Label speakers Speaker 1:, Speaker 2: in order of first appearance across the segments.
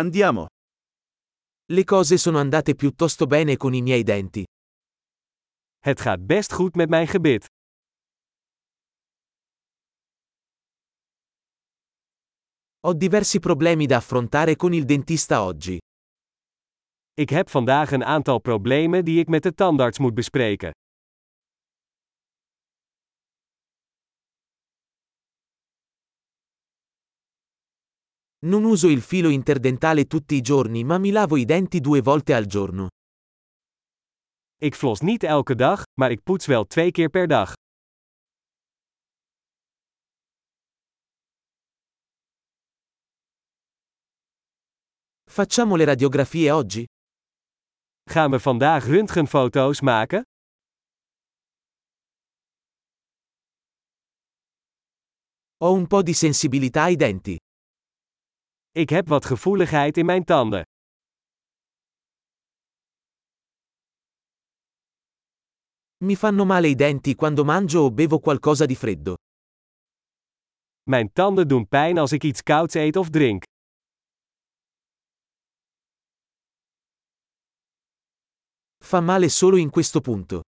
Speaker 1: Andiamo.
Speaker 2: Le cose sono andate piuttosto bene con i miei denti.
Speaker 3: Het gaat best goed met mijn gebit.
Speaker 2: Ho diversi problemi da affrontare con il dentista oggi.
Speaker 3: Ik heb vandaag een aantal problemen die ik met de tandarts moet bespreken.
Speaker 2: Non uso il filo interdentale tutti i giorni ma mi lavo i denti due volte al giorno.
Speaker 3: Ik flos niet elke dag, maar ik poets wel twee keer per dag.
Speaker 2: Facciamo le radiografie oggi?
Speaker 3: Gaan we vandaag röntgenfoto's maken?
Speaker 2: Ho un po' di sensibilità ai denti.
Speaker 3: Ik heb wat gevoeligheid in mijn tanden.
Speaker 2: Mi fanno male i denti quando mangio o bevo qualcosa di freddo.
Speaker 3: Mijn tanden doen pijn als ik iets kouds eet of drink.
Speaker 2: Fa male solo in questo punto.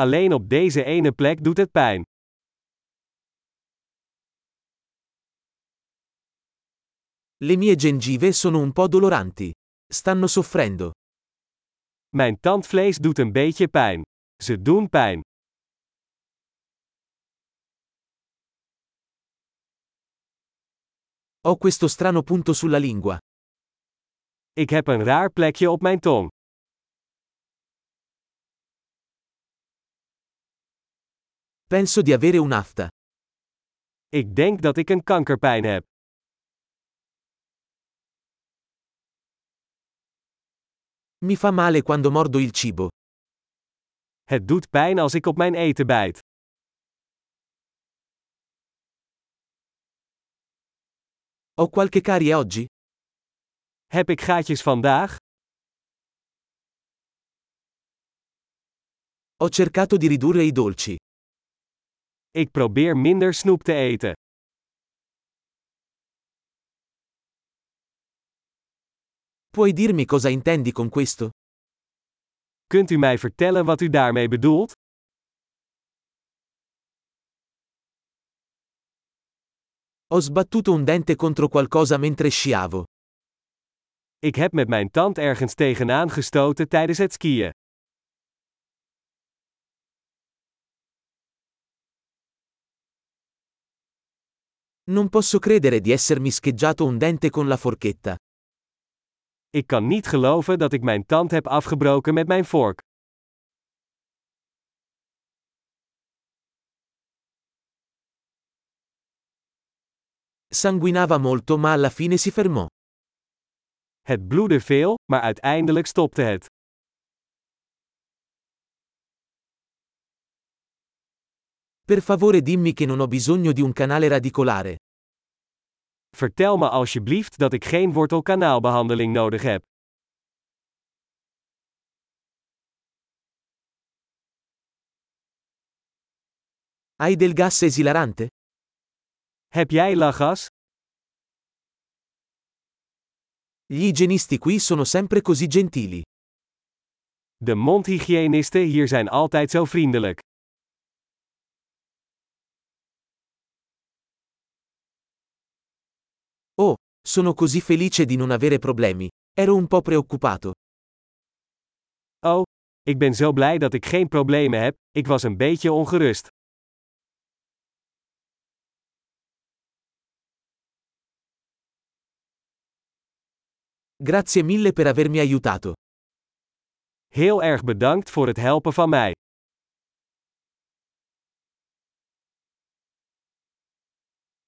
Speaker 3: Alleen op deze ene plek doet het pijn.
Speaker 2: Le mie gengive sono un po' doloranti. Stanno soffrendo.
Speaker 3: Mijn tandvlees doet een beetje pijn. Ze doen pijn.
Speaker 2: Ho questo strano punto sulla lingua.
Speaker 3: Ik heb een raar plekje op mijn tong.
Speaker 2: Penso di avere un'afta.
Speaker 3: Ik denk dat ik een kankerpijn heb.
Speaker 2: Mi fa male quando mordo il cibo.
Speaker 3: Het doet pijn als ik op mijn eten bijt.
Speaker 2: Ho qualche carie oggi?
Speaker 3: Heb ik gaatjes vandaag?
Speaker 2: Ho cercato di ridurre i dolci.
Speaker 3: Ik probeer minder snoep te eten.
Speaker 2: Puoi dirmi cosa intendi con questo?
Speaker 3: Kunt u mij vertellen wat u daarmee bedoelt?
Speaker 2: Ho sbattuto un dente contro qualcosa mentre sciavo.
Speaker 3: Ik heb met mijn tand ergens tegenaan gestoten tijdens het skiën.
Speaker 2: Non posso credere di essermi scheggiato un dente con la forchetta.
Speaker 3: Ik kan niet geloven dat ik mijn tand heb afgebroken met mijn vork.
Speaker 2: Sanguinava molto ma alla fine si fermò.
Speaker 3: Het bloedde veel, maar uiteindelijk stopte het.
Speaker 2: Per favore dimmi che non ho bisogno di un canale radicolare.
Speaker 3: Vertel me alsjeblieft dat ik geen wortelkanaalbehandeling nodig heb.
Speaker 2: Hai del gas esilarante?
Speaker 3: Heb jij lachgas?
Speaker 2: Gli igienisti qui sono sempre così gentili.
Speaker 3: De mondhygiënisten hier zijn altijd zo vriendelijk.
Speaker 2: Sono così felice di non avere problemi. Ero un po' preoccupato.
Speaker 3: Oh, ik ben zo blij dat ik geen problemen heb, ik was een beetje ongerust.
Speaker 2: Grazie mille per avermi aiutato.
Speaker 3: Heel erg bedankt voor het helpen van mij.